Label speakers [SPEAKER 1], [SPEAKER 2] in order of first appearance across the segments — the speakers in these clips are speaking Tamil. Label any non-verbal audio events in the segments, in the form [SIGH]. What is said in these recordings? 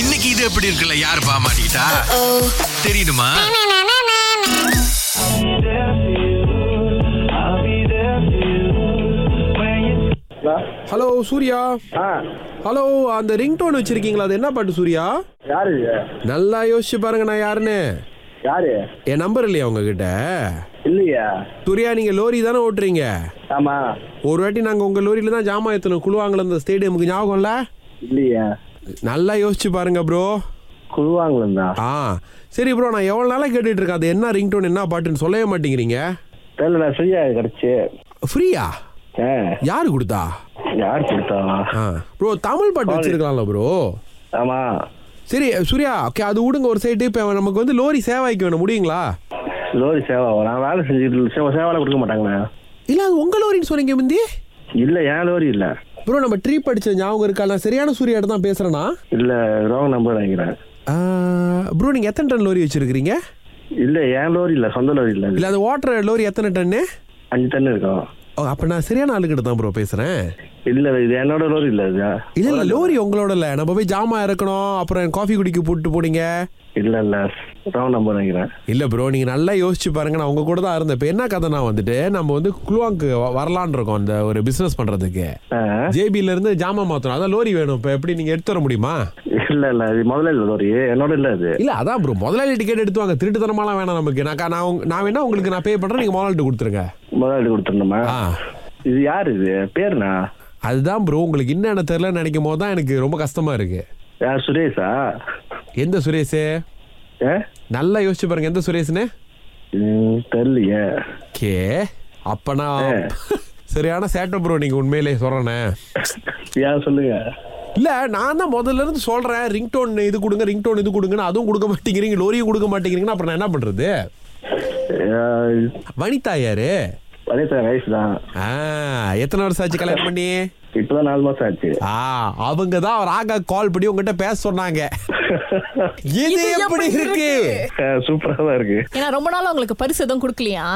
[SPEAKER 1] இன்னைக்கு இது எப்படி இருக்குல்ல யார் பாமாட்டா தெரியுமா
[SPEAKER 2] ஹலோ
[SPEAKER 3] ஹலோ சூர்யா
[SPEAKER 2] ஆ
[SPEAKER 3] ஹலோ அந்த ரிங்டோன் வச்சிருக்கீங்களா அது என்ன பாட்டு சூர்யா
[SPEAKER 2] யாரு இது
[SPEAKER 3] நல்லா யோசிச்சு பாருங்க நான் யாருன்னு
[SPEAKER 2] யாரு
[SPEAKER 3] என் நம்பர் இல்லையா உங்ககிட்ட
[SPEAKER 2] இல்லையா
[SPEAKER 3] சூர்யா நீங்க லோரி தானே ஓட்டுறீங்க
[SPEAKER 2] ஆமா
[SPEAKER 3] ஒரு வாட்டி நாங்க உங்க லோரியில தான் ஜாமா ஏத்தணும் குழுவாங்கல அந்த ஸ்டேடியமுக்கு ஞாபகம்ல
[SPEAKER 2] இல்லையா
[SPEAKER 3] நல்லா யோசிச்சு பாருங்க ப்ரோ
[SPEAKER 2] குழுவாங்களும் தான்
[SPEAKER 3] ஆ சரி ப்ரோ நான் எவ்வளவு நாளா கேட்டுட்டு இருக்கேன் அது என்ன ரிங்டோன் என்ன பாட்டுன்னு சொல்லவே மாட்டேங்கிறீங்க
[SPEAKER 2] தெரியல நான் ஃப்ரீயா கிடைச்சு
[SPEAKER 3] ஃப்ரீயா
[SPEAKER 2] ஆ
[SPEAKER 3] யாரு கொடுத்தா
[SPEAKER 2] யார் கொடுத்தாவா
[SPEAKER 3] ஆ ப்ரோ தமிழ் பாட்டு வச்சிருக்கலாம்ல ப்ரோ
[SPEAKER 2] ஆமா
[SPEAKER 3] சரி சூர்யா ஓகே அது விடுங்க ஒரு சைடு இப்போ நமக்கு வந்து லோரி சேவாய்க்கு வேணும் முடியுங்களா
[SPEAKER 2] லோரி சேவா நான் வேலை செஞ்சுட்டு சேவை சேவால கொடுக்க மாட்டாங்களே
[SPEAKER 3] இல்ல அது உங்க லோரின்னு சொன்னீங்க முந்தி
[SPEAKER 2] இல்ல ஏன் லோரி இல்ல
[SPEAKER 3] ப்ரோ நம்ம ட்ரீ படிச்ச ஞாபகம் இருக்கா நான் சரியான சூர்யாட்ட தான் பேசுறேனா
[SPEAKER 2] இல்ல ராங் நம்பர் நினைக்கிறேன்
[SPEAKER 3] ப்ரோ நீங்க எத்தனை டன் லோரி வச்சிருக்கீங்க
[SPEAKER 2] இல்ல ஏன் லோரி இல்ல சொந்த லோரி இல்ல
[SPEAKER 3] இல்ல அந்த ஓட்டுற லோரி எத்தனை டன்னு
[SPEAKER 2] அஞ்சு டன் இருக்கும்
[SPEAKER 3] ஓ, அப்ப நான் சரியான ஆளுகிட்ட தான் ப்ரோ பேசுறேன்
[SPEAKER 2] இல்ல இது என்னோட லோரி இல்ல இது
[SPEAKER 3] இல்ல இல்ல லோரி உங்களோட இல்ல நம்ம போய் ஜாமா இறக்கணும் அப்புறம் காஃபி குடிக்க போட்டு போனீங்க
[SPEAKER 2] இல்ல இல்ல ராங் நம்பர் நினைக்கிறேன்
[SPEAKER 3] இல்ல ப்ரோ நீங்க நல்லா யோசிச்சு பாருங்க நான் உங்க கூட தான் இருந்தேன் இப்ப என்ன கதைனா வந்துட்டு நம்ம வந்து குளுவாங்கு வரலான் இருக்கோம் அந்த ஒரு பிசினஸ் பண்றதுக்கு
[SPEAKER 2] ஆ.
[SPEAKER 3] ஜேபில இருந்து ஜாமா மாத்தணும் அதான் லோரி வேணும் இப்ப எப்படி நீங்க எடுத்து வர முடியுமா
[SPEAKER 2] இல்ல இல்ல இது முதல்ல இல்ல லோரி என்னோட இல்ல இது
[SPEAKER 3] இல்ல அதான் ப்ரோ முதலாளி டிக்கெட் எடுத்து வாங்க திருட்டுத்தனமாலாம் வேணாம் நமக்கு நான் கா- நான் உங்க- நான் வேணா உங்களுக்கு நான் பே பண்றேன் நீங்க முதலாளிட்டு கொடுத்துருங்க
[SPEAKER 2] முதலாளி கொடுத்துருந்தோமா
[SPEAKER 3] ஆ.
[SPEAKER 2] இது யாரு இது பேருனா
[SPEAKER 3] அதுதான் ப்ரோ உங்களுக்கு இன்னும் என்ன தெரியல நினைக்கும் போது தான் எனக்கு ரொம்ப கஷ்டமா இருக்கு
[SPEAKER 2] யார் சுரேஷா
[SPEAKER 3] எந்த சுரேஷே
[SPEAKER 2] ஏ
[SPEAKER 3] நல்லா யோசிச்சு பாருங்க எந்த சுரேஷ்னு
[SPEAKER 2] ம், தெரியலையே
[SPEAKER 3] கே அப்பனா சரியான சேட்டை ப்ரோ நீங்க உண்மையிலே சொல்றேனே
[SPEAKER 2] யார் சொல்லுங்க
[SPEAKER 3] இல்ல நான் தான் முதல்ல இருந்து சொல்றேன் ரிங்டோன் இது கொடுங்க ரிங்டோன் இது கொடுங்கன்னு அதுவும் கொடுக்க மாட்டேங்கிறீங்க லோரியும் கொடுக்க மாட்டேங்கிறீங்கன்னா அப்புறம் நான் என்ன பண்றது வனிதா யாரு
[SPEAKER 2] வயசு வயசு தான்
[SPEAKER 3] ஆ, எத்தனை வருஷம் ஆச்சு கல்யாணம் பண்ணி
[SPEAKER 2] இப்பதான் நாலு மாசம் ஆச்சு [LAUGHS]
[SPEAKER 3] ஆ அவங்க தான் ராகா கால் பண்ணி உங்ககிட்ட பேச சொன்னாங்க இது எப்படி இருக்கு
[SPEAKER 2] சூப்பரா தான் இருக்கு
[SPEAKER 4] ஏன்னா ரொம்ப நாள் உங்களுக்கு பரிசு எதுவும் கொடுக்கலையா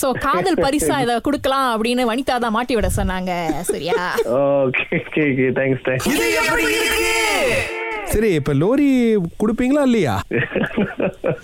[SPEAKER 4] சோ காதல் பரிசா இதை கொடுக்கலாம் அப்படின்னு வனிதா தான் மாட்டி விட சொன்னாங்க சரியா
[SPEAKER 2] ஓகே தேங்க்ஸ் தேங்க்ஸ்
[SPEAKER 1] இது எப்படி இருக்கு
[SPEAKER 3] சரி இப்ப லோரி கொடுப்பீங்களா இல்லையா